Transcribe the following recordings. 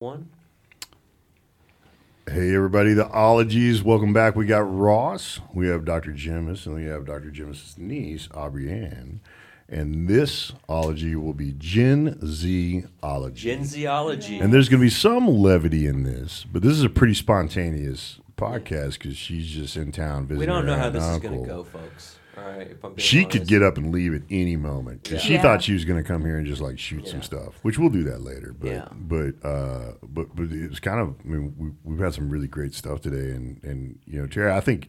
One. Hey, everybody, the ologies. Welcome back. We got Ross, we have Dr. Jemis, and we have Dr. Jemis' niece, Aubrey Ann. And this ology will be Gen Z ology. Gen Zology. And there's going to be some levity in this, but this is a pretty spontaneous podcast because she's just in town visiting. we don't know her how aunt this and is going uncle. to go, folks. All right. If I'm being She could honest. get up and leave at any moment. 'cause She Yeah. thought she was going to come here and just like shoot some Yeah. stuff, which we'll do that later. But Yeah. but uh, but but it's kind of. I mean, we, we've had some really great stuff today, and and you know, Terry, I think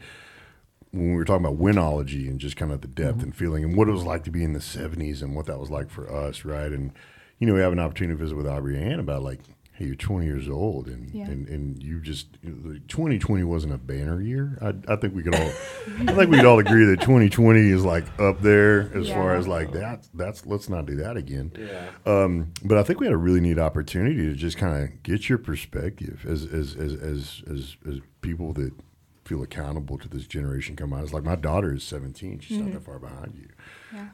when we were talking about winology and just kind of the depth Mm-hmm. and feeling and what it was like to be in the '70s and what that was like for us, right? And you know, we have an opportunity to visit with Aubrey Ann about like. Hey, you're 20 years old, and, Yeah. and, and you just you know, like, 2020 wasn't a banner year. I, I think we could all, I think we could all agree that 2020 is like up there as far Yeah. as like that. That's let's not do that again. Yeah. Um, but I think we had a really neat opportunity to just kind of get your perspective as as as as as, as people that feel accountable to this generation come out. It's like my daughter is 17; she's not that far behind you.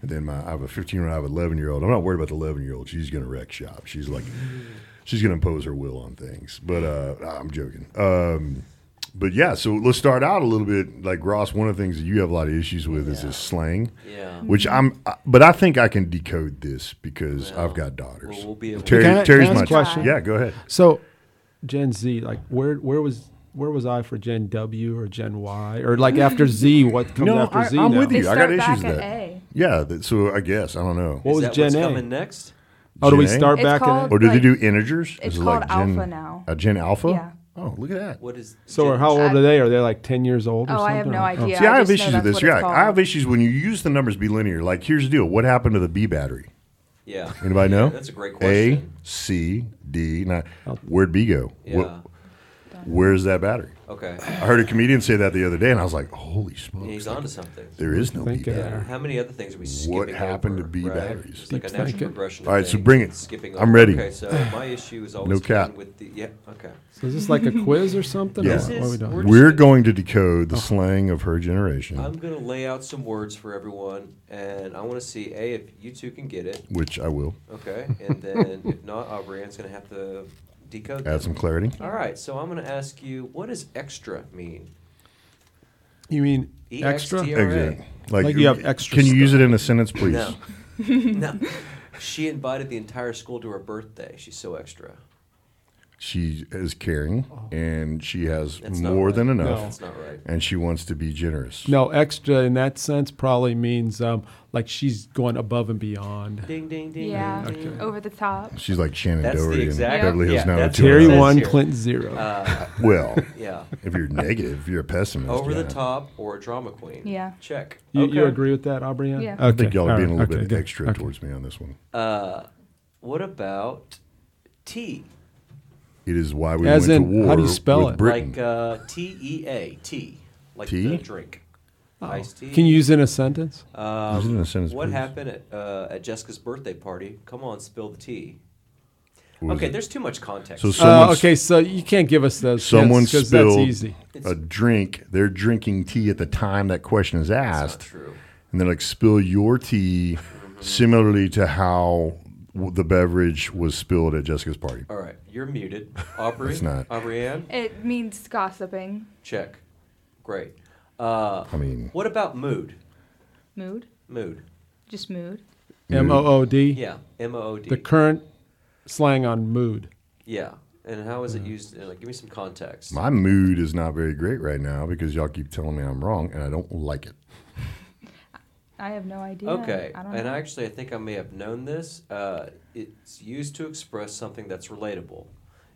And then my I have a 15 year old, I have an 11 year old. I'm not worried about the 11 year old. She's gonna wreck shop. She's like, she's gonna impose her will on things. But uh, I'm joking. Um, but yeah, so let's start out a little bit. Like Ross, one of the things that you have a lot of issues with is this slang Yeah. which I'm, I- but I think I can decode this because Well, I've got daughters. well, we'll be able to- Terry, Can I- can Terry's I ask a my question? Yeah, go ahead. So, Gen Z, like where where was where was I for Gen W or Gen Y or like after Z? What comes No, after I, Z am now? with you. They Oh, I got start issues back with at that. A. Yeah, that, so I guess I don't know. What Is was that Gen what's A? coming next? Oh, do we Gen A? start It's back at called- A? Or do they like- do integers? it's Is it called alpha now. A Gen Alpha. Yeah. Oh, look at that. What is So, or Gen- how old are they? Are they like ten years old? Or Oh, I have something? no Oh. idea. See, I, have just know issues with that's this. what it's Yeah, called. I have issues when you use the numbers be linear. Like, here's the deal: what happened to the B battery? Yeah. Anybody know? That's a great question. A, C, D. Now, Oh. where'd B go? Yeah. What- where's that battery? okay. I heard a comedian say that the other day, and I was like, "Holy Yeah, smokes!" he's onto something. There is no Thank B God. battery. How many other things are we skipping What happened to over, B right? batteries? It's like a Deep natural thinking. progression. All right, of so things, bring it. Skipping I'm over. ready. Okay, so my issue is always No been cap. with the yeah. Okay. So is this like a quiz or something? or Yeah. what, what are we doing? We're- We're going to decode Oh. the slang of her generation, I'm gonna lay out some words for everyone, and I want to see a if you two can get it. which I will Okay, and then if not, Aubrey Ann's gonna have to decode. them. add some clarity. All right, so I'm going to ask you, what does extra mean? You mean extra? EXTRA? Exit. Like you have extra Can you use it in a sentence, please? No. no. She invited the entire school to her birthday. She's so extra. She is caring, and she has That's not more right. than No. enough, That's not right. and she wants to be generous. No, extra in that sense probably means um, like she's going above and beyond. Ding, ding, ding. Yeah, ding, ding. over the top. She's like Shannon That's the Doherty in exact- Beverly Yeah, Hills Now that's- Terry it says one, here. Clint zero. Uh, Well, yeah. if you're negative, if you're a pessimist. Over the yeah. top or a drama queen. Yeah. Check. you, okay. you agree with that, Aubrey? Ann? Yeah. I Okay. I think y'all are all being a right, little okay, bit good, extra okay. towards me on this one. Uh, what about T? It is why we As went to in, war how do you spell with it? Britain. Like uh, T E A, T. Like the Tea? drink. Iced tea. Can you use it in a sentence? Um, Use it in a sentence, what please. happened at, uh, at Jessica's birthday party? Come on, spill the tea. What was okay, it? there's too much context. So Uh, someone s- okay, so you can't give us those. someone because spilled that's easy. It's- a drink. They're drinking tea at the time that question is That's asked, not true. and they're like, "Spill your tea," similarly to how w- the beverage was spilled at Jessica's party. All right, you're muted. Aubrey, It's not. Aubrey Ann, It means gossiping. check. Great. Uh, I mean, what about mood? Mood. Mood. Just mood. M O O D. Yeah, M O O D. The current slang on mood. yeah, and how is it used? uh, Like, give me some context. my mood is not very great right now because y'all keep telling me I'm wrong, and I don't like it. I have no idea. okay, I don't and know. actually, I think I may have known this. Uh, it's used to express something that's relatable.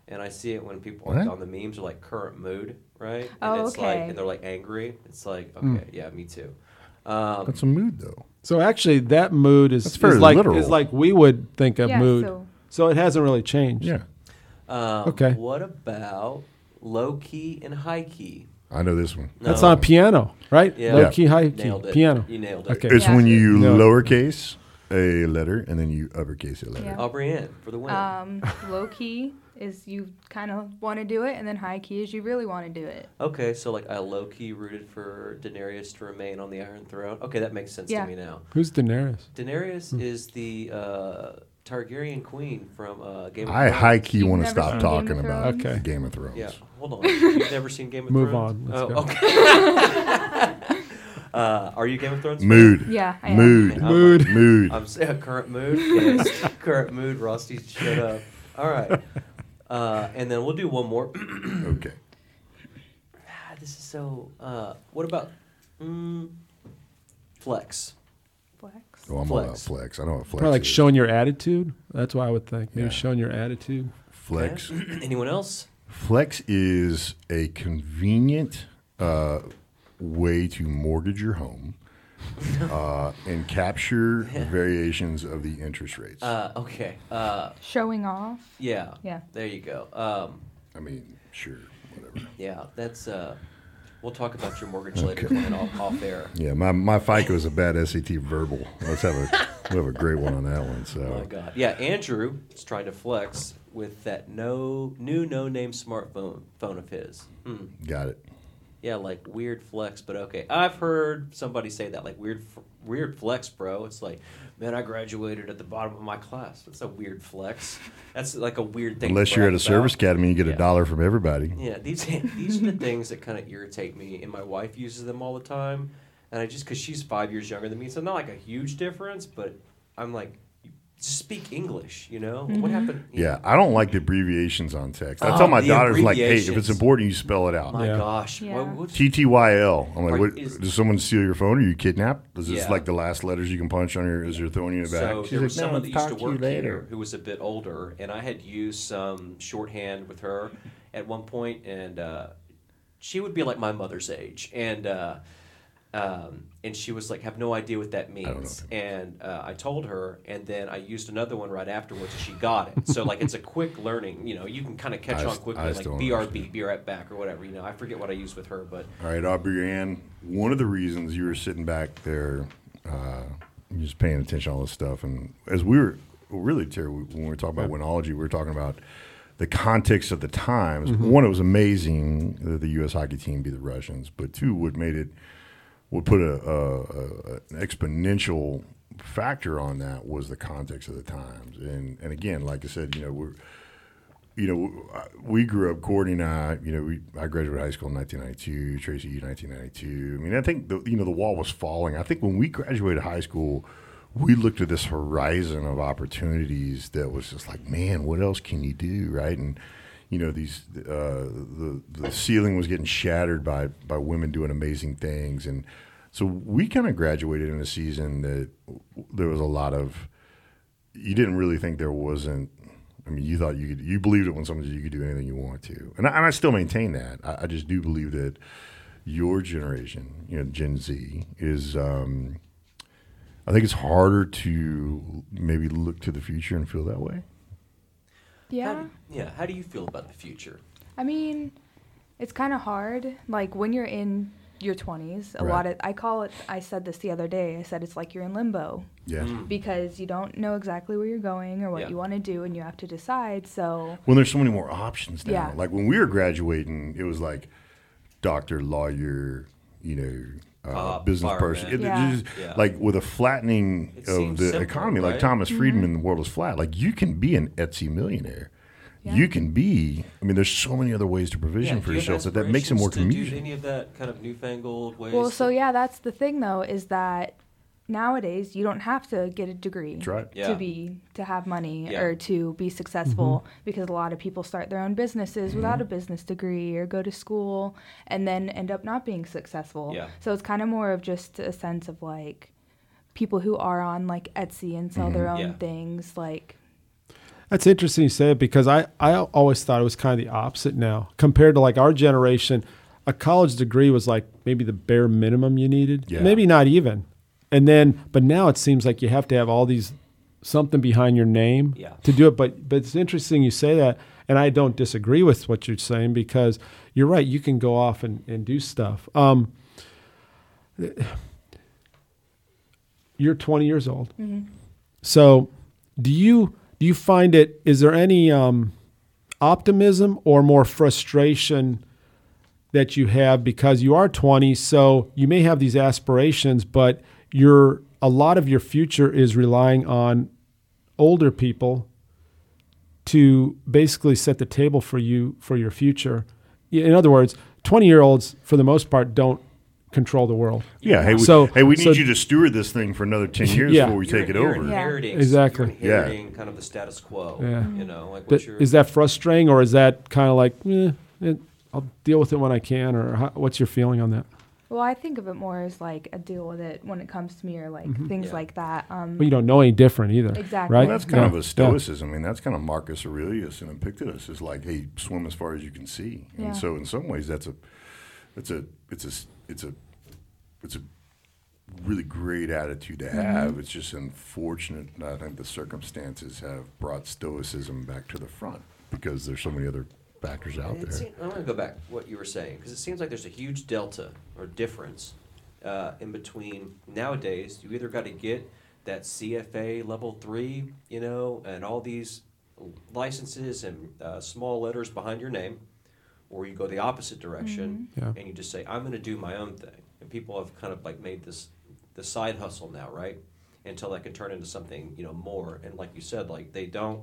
And I see it when people like, What? on the memes are like current mood, right? And Oh, it's like okay. and they're like angry. It's like, Hmm. okay, yeah, me too. Um, That's a mood, though. So actually, that mood is, That's is very like literal. is like we would think of Yeah, mood. so- So. it hasn't really changed. Yeah, um, Okay. What about low key and high key? I know this one. Um, That's No. on piano, right? Yeah. Low key, high key, Nailed it. piano. You nailed it. Okay. It's Yeah. when you No. lowercase a letter and then you uppercase a letter. Yeah. Aubrey Ann for the win. Um, low key is you kind of want to do it, and then high key is you really want to do it. okay, so like I low key rooted for Daenerys to remain on the Iron Throne. Okay, that makes sense Yeah. to me now. Hmm. Who's Daenerys? Daenerys is the uh, Targaryen queen from uh, Game of I Thrones. high key You've want to never stop seen talking Game of about Thrones? Okay. Game of Thrones. Yeah, hold on. You've never seen Game of Move Thrones? on, let's oh, go. okay. uh, are you Game of Thrones? fan? Mood. Yeah, I am. Mood. I'm- Mood. Mood. I'm saying current mood. Yes. current mood. Rusty, shut up. All right. Uh, and then we'll do one more. Okay. Ah, this is so. Uh, what about mm, flex? Flex. Oh, I'm all about Flex. flex. I know what flex Probably like is. showing your attitude. That's what I would think. Maybe Yeah. showing your attitude. flex. Okay. Anyone else? Flex is a convenient uh, way to mortgage your home uh, and capture variations of the interest rates. Uh, okay. Uh, Showing off. yeah. Yeah. There you go. Um, I mean, sure, whatever. yeah, that's. Uh, we'll talk about your mortgage later, Glenn, off, off air. Yeah, my, my FICO is a bad SAT verbal. Let's have a we have a great one on that one. So Oh my God. Yeah, Andrew is trying to flex with that no new no name smartphone phone of his. Hmm. got it. Yeah, like weird flex, but okay. I've heard somebody say that like weird f- weird flex, bro. It's like, man, I graduated at the bottom of my class. That's a weird flex. That's like a weird thing. to Unless you're at brag a service about. academy, you get Yeah. a dollar from everybody. Yeah, these these are the things that kind of irritate me, and my wife uses them all the time. And I just because she's five years younger than me, so not like a huge difference, but I'm like, you just speak English, you know? What happened? Yeah, I don't like the abbreviations on text. I Oh, tell my the daughters like, hey, if abbreviations. it's important, you spell it out. Oh My Yeah. gosh, Yeah. what, what's- TTYL. I'm Are- like, what, is- does someone steal your phone? Are you kidnapped? Is this Yeah. like the last letters you can punch on your? Is there throwing you in the back? So She's there was like, someone that used to talk you work here who was a bit older, and I had used some shorthand with her at one point, and uh, she would be like my mother's age, and uh, um, and she was like, "Have no idea what that means." know what that And uh, I told her, and then I used another one right afterwards, and she got it. So like, it's a quick learning. You know, you can kind of catch I on st- quickly, I like still don't BRB, understand. be right back, or whatever. You know, I forget what I used with her, but All right, Aubrey Ann. One of the reasons you were sitting back there, uh, just paying attention to all this stuff, and as we were well, really, Terry, we- when we were talking about winology, we were talking about the context of the times. One, it was amazing that the U.S. hockey team beat the Russians, but two, what made it what put a, a, a an exponential factor on that was the context of the times. And and again, like I said, you know we're you know, I- we grew up. Courtney and I, you know, we I graduated high school in 1992. Tracy, you 1992. I mean, I think the you know the wall was falling. I think when we graduated high school, we looked at this horizon of opportunities that was just like, man, what else can you do, right? And you know, these uh, the the ceiling was getting shattered by by women doing amazing things, and so we kind of graduated in a season that there was a lot of you didn't really think there wasn't. I mean, you thought you could, you believed it when someone said you could do anything you want to, and I, and I still maintain that. I, I just do believe that your generation, you know, Gen Z, is. Um, I think it's harder to maybe look to the future and feel that way. how Yeah. do- yeah. How do you feel about the future? I mean, it's kind of hard. Like when you're in your 20s, a Right. lot of I call it. I said this the other day. I said it's like you're in limbo Yeah. because you don't know exactly where you're going or what Yeah. you want to do, and you have to decide. So Well, there's so many more options now. Yeah. Like when we were graduating, it was like doctor, lawyer, you know, uh, Uh, business person. It- fireman. it Yeah. just- Yeah. Like with a flattening It of seems the simple, economy, like right? Thomas Friedman, Mm-hmm. the world is flat. Like you can be an Etsy millionaire. You can be. I mean, there's so many other ways to provision Yeah, for do you have yourself that that makes it more aspirations to do convenient. any of that kind of newfangled ways? Well, so to- yeah, that's the thing though, is that nowadays you don't have to get a degree That's right. Yeah. to be to have money Yeah. or to be successful Mm-hmm. because a lot of people start their own businesses without a business degree or go to school and then end up not being successful. Yeah. So it's kind of more of just a sense of like people who are on like Etsy and Mm-hmm. sell their own Yeah. things like That's interesting you say it because I, I always thought it was kind of the opposite now compared to like our generation. A college degree was like maybe the bare minimum you needed, Yeah. maybe not even. And then, but now it seems like you have to have all these something behind your name Yeah. to do it. But but it's interesting you say that, and I don't disagree with what you're saying because you're right. You can go off and, and do stuff. Um, you're 20 years old. So, do you do you find it? Is there any um, optimism or more frustration that you have because you are 20? So you may have these aspirations, but your a lot of your future is relying on older people to basically set the table for you for your future. Y- In other words, 20 year olds, for the most part, don't control the world. Yeah. Hey, we, So- hey, we need so- you to steward this thing for another 10 years Yeah. before we take it you're over. Yeah. Inheriting, Exactly. You're Yeah. inheriting kind of the status quo. Yeah. You know, like Th- what's your is that frustrating or is that kind of like, eh, it, I'll deal with it when I can? Or how, what's your feeling on that? Well, I think of it more as like a deal with it when it comes to me or like things Mm-hmm. Yeah. like that. Um, Well, you don't know any different either. Exactly. Right? Well, that's kind Yeah, of yeah. a stoicism. I mean, that's kind of Marcus Aurelius and Epictetus is like, hey, swim as far as you can see. Yeah. And so, in some ways, that's a, it's a, it's a, it's a, it's a really great attitude to Mm-hmm. have. It's just unfortunate. that I think the circumstances have brought stoicism back to the front because there's so many other factors out It there. seem- I want to go back to what you were saying because it seems like there's a huge delta or difference uh, in between nowadays. You either got to get that CFA level three, you know, and all these licenses and uh, small letters behind your name, or you go the opposite direction Yeah. and you just say, "I'm going to do my own thing." And people have kind of like made this the side hustle now, right? Until that can turn into something, you know, more. And like you said, like they don't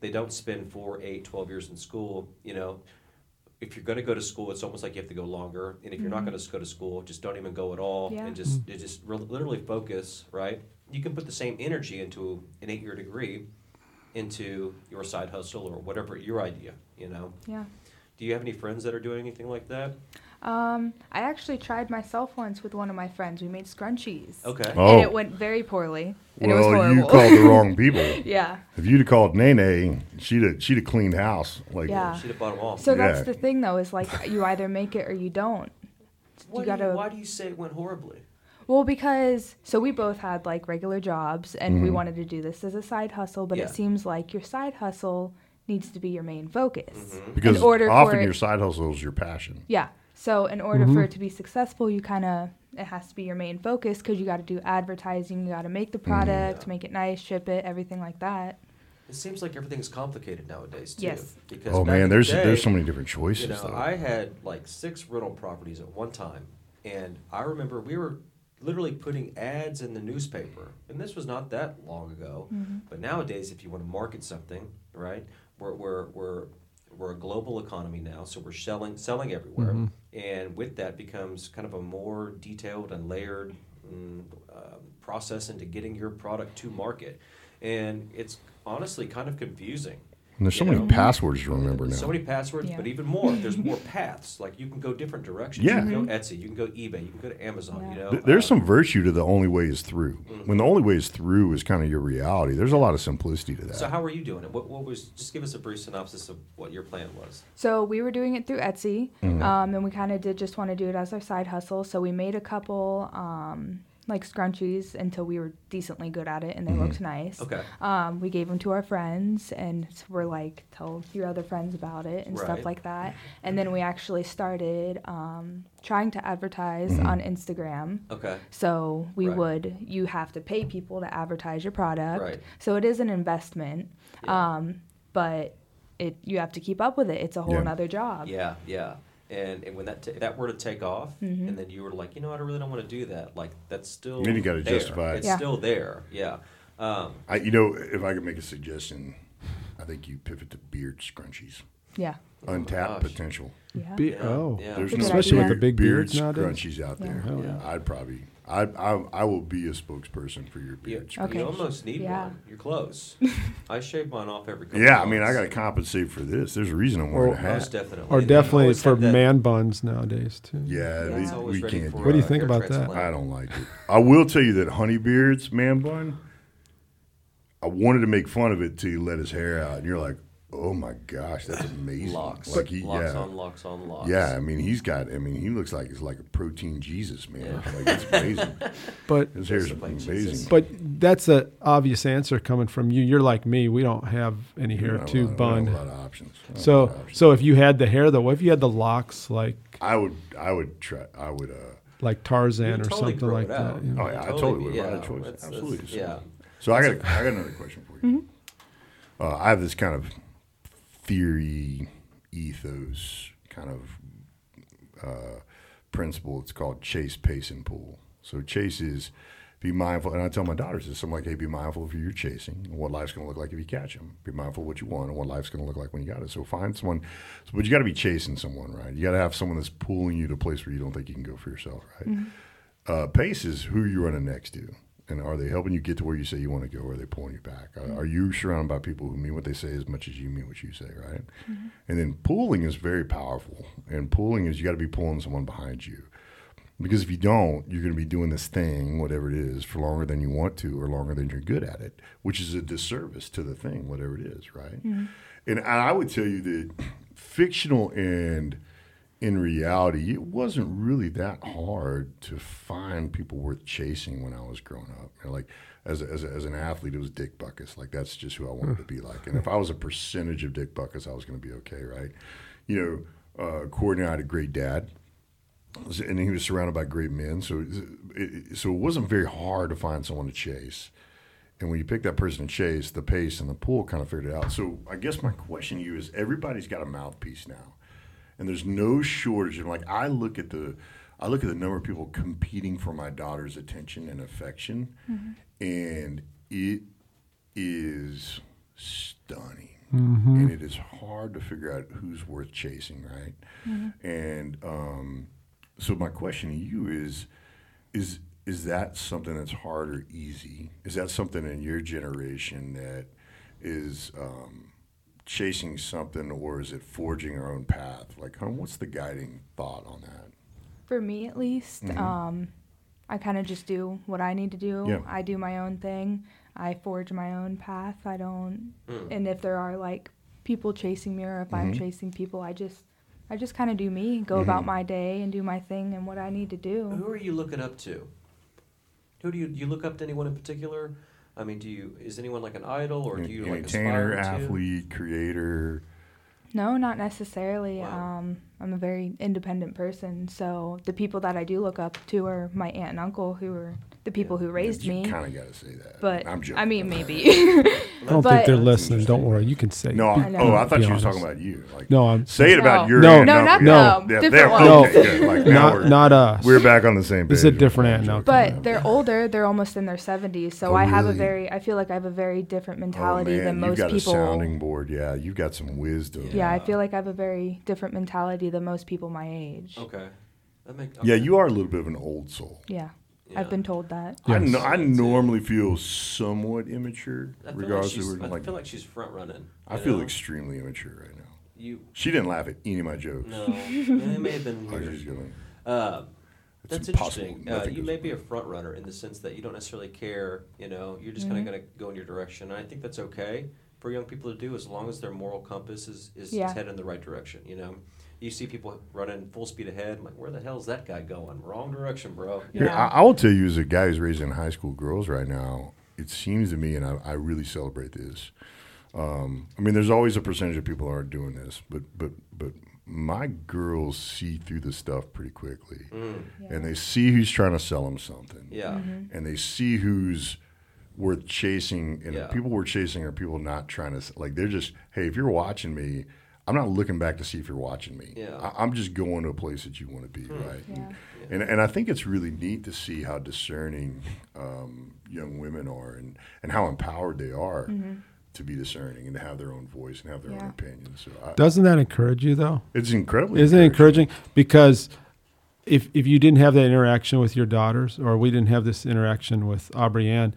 they don't spend four, eight, 12 years in school. You know, if you're going to go to school, it's almost like you have to go longer. And if you're not going to go to school, just don't even go at all, Mm-hmm. Yeah. and just Mm. it just re- literally focus. Right? You can put the same energy into an eight-year degree, into your side hustle or whatever your idea. You know, yeah. do you have any friends that are doing anything like that? Um, I actually tried myself once with one of my friends. We made scrunchies. Okay. Oh. And it went very poorly. And it was well, horrible. you called the wrong people. yeah. If you'd have called Nene, she'd have, she'd have cleaned house. Like, Yeah. She'd have bought them all. So that's Yeah. the thing though, is like you either make it or you don't. What do you you- gotta- why do you say it went horribly? Well, because so we both had like regular jobs and Mm-hmm. we wanted to do this as a side hustle, but Yeah. it seems like your side hustle needs to be your main focus. Mm-hmm. because in order often for it, your side hustle is your passion. Yeah. So in order Mm-hmm. for it to be successful, you kind of it has to be your main focus because you got to do advertising, you got to make the Mm-hmm. product, make it nice, ship it, everything like that. It seems like everything's complicated nowadays too. Yes. Because Oh back in man, the there's day- there's so many different choices. You know, though. I had like six rental properties at one time, and I remember we were literally putting ads in the newspaper, and this was not that long ago. But nowadays, if you want to market something, right, we're we're we're we're a global economy now, so we're selling selling everywhere, and with that becomes kind of a more detailed and layered mm, um, process into getting your product to market, and it's honestly kind of confusing. And there's so you many know? passwords to remember now. So many passwords, Yeah. but even more, there's more paths. Like you can go different directions. Yeah. You can Mm-hmm. go Etsy, you can go eBay, you can go to Amazon. You know, Th- there's uh, Mm-hmm. some virtue to the only way is through. When the only way is through is kind of your reality. There's a lot of simplicity to that. So how were you doing it? What, what was? Just give us a brief synopsis of what your plan was. So we were doing it through Etsy, Mm-hmm. um, and we kind of did just want to do it as our side hustle. So we made a couple um, like scrunchies until we were decently good at it, and they looked nice. Mm-hmm. Okay. Um, we gave them to our friends, and s- we're like, tell your other friends about it and Right. stuff like that. And then we actually started um, trying to advertise Mm-hmm. on Instagram. Okay. So we Right. would, you have to pay people to advertise your product. Right. So it is an investment, Yeah. um, but it you have to keep up with it. It's a whole Yeah. nother job. Yeah. Yeah. And, and when that ta- if that were to take off, Mm-hmm. and then you were like, you know, what, I really don't want to do that. Like that's still Then you gotta there. justify it. It's Yeah. still there. Yeah. Um, I, you know, if I could make a suggestion, I think you pivot to beard scrunchies. Yeah. Untapped Oh, gosh. potential. Yeah. Be- Yeah, oh, yeah. There's Good especially with idea. the big beard beards nowadays. scrunchies out there. hell I'd probably, I, I, I will be a spokesperson for your you, beard. you Okay. almost need Yeah. one. You're close. I shave mine off every. couple scrunchies. Yeah, I mean, I months. got to compensate for this. There's a reason I'm wearing a Or- Most hat. definitely. Or And I definitely always for have that- man buns nowadays, too. Yeah, Yeah. we- It's always we, ready can't for do What do you a think hair about that? transplant. I don't like it. I will tell you that Honeybeard's man bun, I wanted to make fun of it till you let his hair out, and you're like, oh my gosh, that's amazing. locks, like he, locks yeah, on locks on locks. yeah. I mean, he's got. I mean, he looks like he's like a protein Jesus man. Like it's amazing. But His hair's Discipline amazing. Jesus. But that's a obvious answer coming from you. You're like me. We don't have any I hair don't to know, I don't know A bun. lot of options. I don't know a lot So of options. so if you had the hair though, what if you had the locks like I would, I would try. I would. uh like You Tarzan or totally something grow like it out. that? you know? Oh yeah, I totally would. have had a choice. that's- that's- Absolutely. yeah. So I got a, I got another question for you. Uh, I have this kind of theory, ethos, kind of uh, principle. It's called chase, pace, and pull. So chase is be mindful. And I tell my daughters this: I'm like, hey, be mindful of who you're chasing and what life's going to look like if you catch them. Be mindful of what you want and what life's going to look like when you got it. So find someone, so, but you got to be chasing someone, right? You got to have someone that's pulling you to a place where you don't think you can go for yourself, right? Uh, pace is who you're running next to. And are they helping you get to where you say you want to go? Or are they pulling you back? Are, are you surrounded by people who mean what they say as much as you mean what you say, right? And then pulling is very powerful. And pulling is you got to be pulling someone behind you. Because if you don't, you're going to be doing this thing, whatever it is, for longer than you want to or longer than you're good at it, which is a disservice to the thing, whatever it is, right? And I would tell you that fictional and in reality, it wasn't really that hard to find people worth chasing when I was growing up. You know, like as, a, as, a, as an athlete, it was Dick Buckus. Like that's just who I wanted to be like. And if I was a percentage of Dick Buckus, I was going to be okay, right? You know, uh, Courtney and I had a great dad was- and he was surrounded by great men. So, it, so it wasn't very hard to find someone to chase. And when you pick that person to chase, the pace and the pull kind of figured it out. So, I guess my question to you is: everybody's got a mouthpiece now, and there's no shortage. And like I look at the, I look at the number of people competing for my daughter's attention and affection, and it is stunning. Mm-hmm. And it is hard to figure out who's worth chasing, right? Mm-hmm. And um, so my question to you is, is is that something that's hard or easy? Is that something in your generation that is um, chasing something, or is it forging our own path? Like, huh, what's the guiding thought on that? for me at least Mm-hmm. um, i kind of just do what i need to do Yeah. i do my own thing i forge my own path i don't Mm. and if there are like people chasing me or if i'm Mm-hmm. chasing people i just i just kind of do me go about my day and do my thing and what i need to do Who are you looking up to? Who do you do you look up to anyone in particular? I mean, do you is anyone like an idol or do you like Entertainer, aspire to? athlete, creator. no not necessarily Wow. um, i'm a very independent person so the people that i do look up to are my aunt and uncle who are the people who raised you me kind of got to say that. but I'm i joking. mean maybe Oh, I don't think But- they're listening. Don't worry. You can say. No, be- I, know. oh, I thought Be you were talking honest. about you. Like, No, I'm- say it about No. your No. aunt No, and not uncle. them. Yeah, Different they're- ones. okay, good. Like, now not we're- not us. We're back on the same page. This is a different aunt now. But they're older. They're almost in their 70s. So Oh, I have a really? very, I feel like I have a very different Oh, mentality man, than most you've got people. a sounding board. Yeah, you've got some wisdom. yeah, I feel like I have a very different mentality than most people my age. Okay, that make, okay. Yeah, you are a little bit of an old soul. Yeah, Yeah. I've been told that. I, Yes. no, I normally feel somewhat immature, I feel like regardless she's, of where, I like, feel like she's front running. I you feel know? extremely immature right now. you. She didn't laugh at any of my jokes. No, it may have been I was weird. just gonna- Uh, It's that's impossible. interesting. Uh, Nothing you goes may be a front runner in the sense that you don't necessarily care. You know, you're just kind of going to go in your direction, and I think that's okay for young people to do as long as their moral compass is is, Yeah. is headed in the right direction. You know, you see people running full speed ahead. I'm like, where the hell's that guy going? Wrong direction, bro. You Here, know? Yeah. I, I will tell you, as a guy who's raising high school girls right now, it seems to me, and I, I really celebrate this. Um, I mean, there's always a percentage of people that aren't doing this, but but but my girls see through the stuff pretty quickly, and they see who's trying to sell them something. Yeah. and they see who's worth chasing and Yeah. if people we're chasing are people not trying to s- like they're just hey if you're watching me i'm not looking back to see if you're watching me Yeah. Hmm. I, i'm just going to a place that you want to be right Yeah. and and i think it's really neat to see how discerning um, young women are and and how empowered they are to be discerning and to have their own voice and have their own Mm-hmm. Yeah. opinion so I, Doesn't that encourage you though? it's incredibly Isn't it encouraging? Because if if you didn't have that interaction with your daughters, or we didn't have this interaction with Aubrey Ann,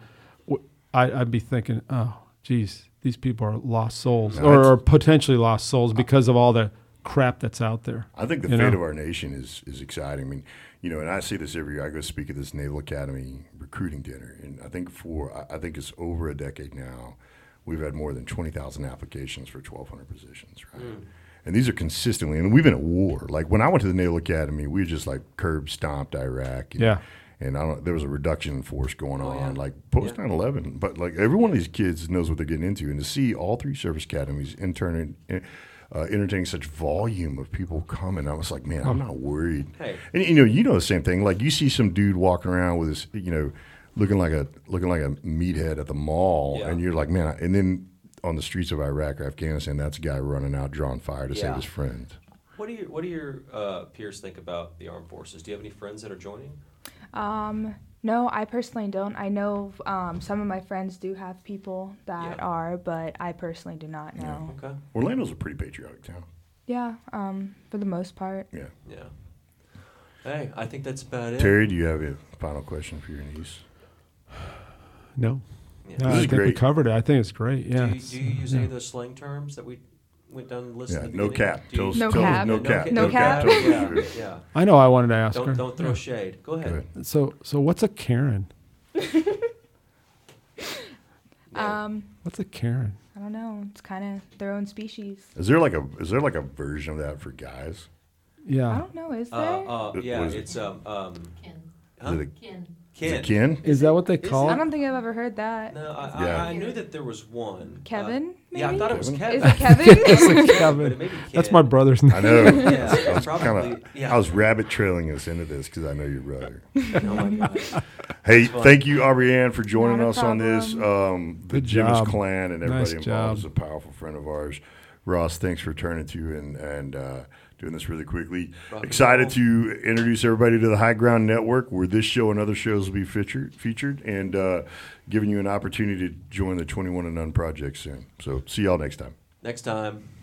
w- I, would be thinking, oh, geez, these people are lost souls, No, or, it's- or potentially lost souls because of all the crap that's out there. I think the you fate know? of our nation is is exciting. I mean, you know, and I see this every year. I go speak at this Naval Academy recruiting dinner, and I think for I- I think it's over a decade now, we've had more than twenty thousand applications for twelve hundred positions, right? And these are consistently, and we've been at war. Like when I went to the Naval Academy, we just like curb stomped Iraq. And, Yeah. And I don't, there was a reduction in force going on, Oh, yeah. like post 9 11. But like every one of these kids knows what they're getting into. And to see all three service academies interning, uh, entertaining such volume of people coming, I was like, man, I'm not worried. Hey. And you know, you know the same thing. Like you see some dude walking around with his, you know, looking like a looking like a meathead at the mall, Yeah. and you're like, man. I, and then on the streets of Iraq or Afghanistan, that's a guy running out, drawing fire to save Yeah. his friend. What do you What do your uh, peers think about the armed forces? Do you have any friends that are joining? No, I personally don't. I know um, some of my friends do have people that Yeah. are, but I personally do not know. Okay. Orlando's a pretty patriotic town. Yeah, um, for the most part. Yeah. Yeah. Hey, I think that's about it. Terry, do you have a final question for your niece? No, Yeah. This No, I is think we great. covered it. I think it's great. Yeah, do, you, it's- do you use any of those slang terms that we went down and listened? Yeah, at the no beginning? cap. Do you- Tell us- No tell us- cap. No cap. No cap. Tell us the Yeah, truth. yeah. I know. I wanted to ask her. Don't don't throw shade. Go ahead. Go ahead. So, so what's a Karen? Yeah. Um, What's a Karen? I don't know. It's kind of their own species. Is there like a is there like a version of that for guys? I Yeah, don't know. Is uh, there? uh, It yeah, was- it's um um Kin. huh? Is it a, Kin. is Ken. it kin? is that what they Is- call I it? don't think I've ever heard that. oh. No, I, Yeah. I, I knew that there was one. Uh, Kevin, Yeah, I maybe? thought it was Kevin. Is it Kevin? It's a But it Kevin. may be That's Ken. my brother's name. I know. Yeah, I was probably, kinda, yeah. I was rabbit trailing us into this because I know your brother. Oh my God. Hey, thank you, Aubrey Ann, for joining Not a us on this. Um, the Good Jimmy's job. clan and everybody involved Nice job. is a powerful friend of ours. Ross, thanks for turning to you and and uh, doing this really quickly. Rock and Excited roll. to introduce everybody to the High Ground Network, where this show and other shows will be featured, featured, and uh, giving you an opportunity to join the Twenty One and None project soon. So, see y'all next time. Next time.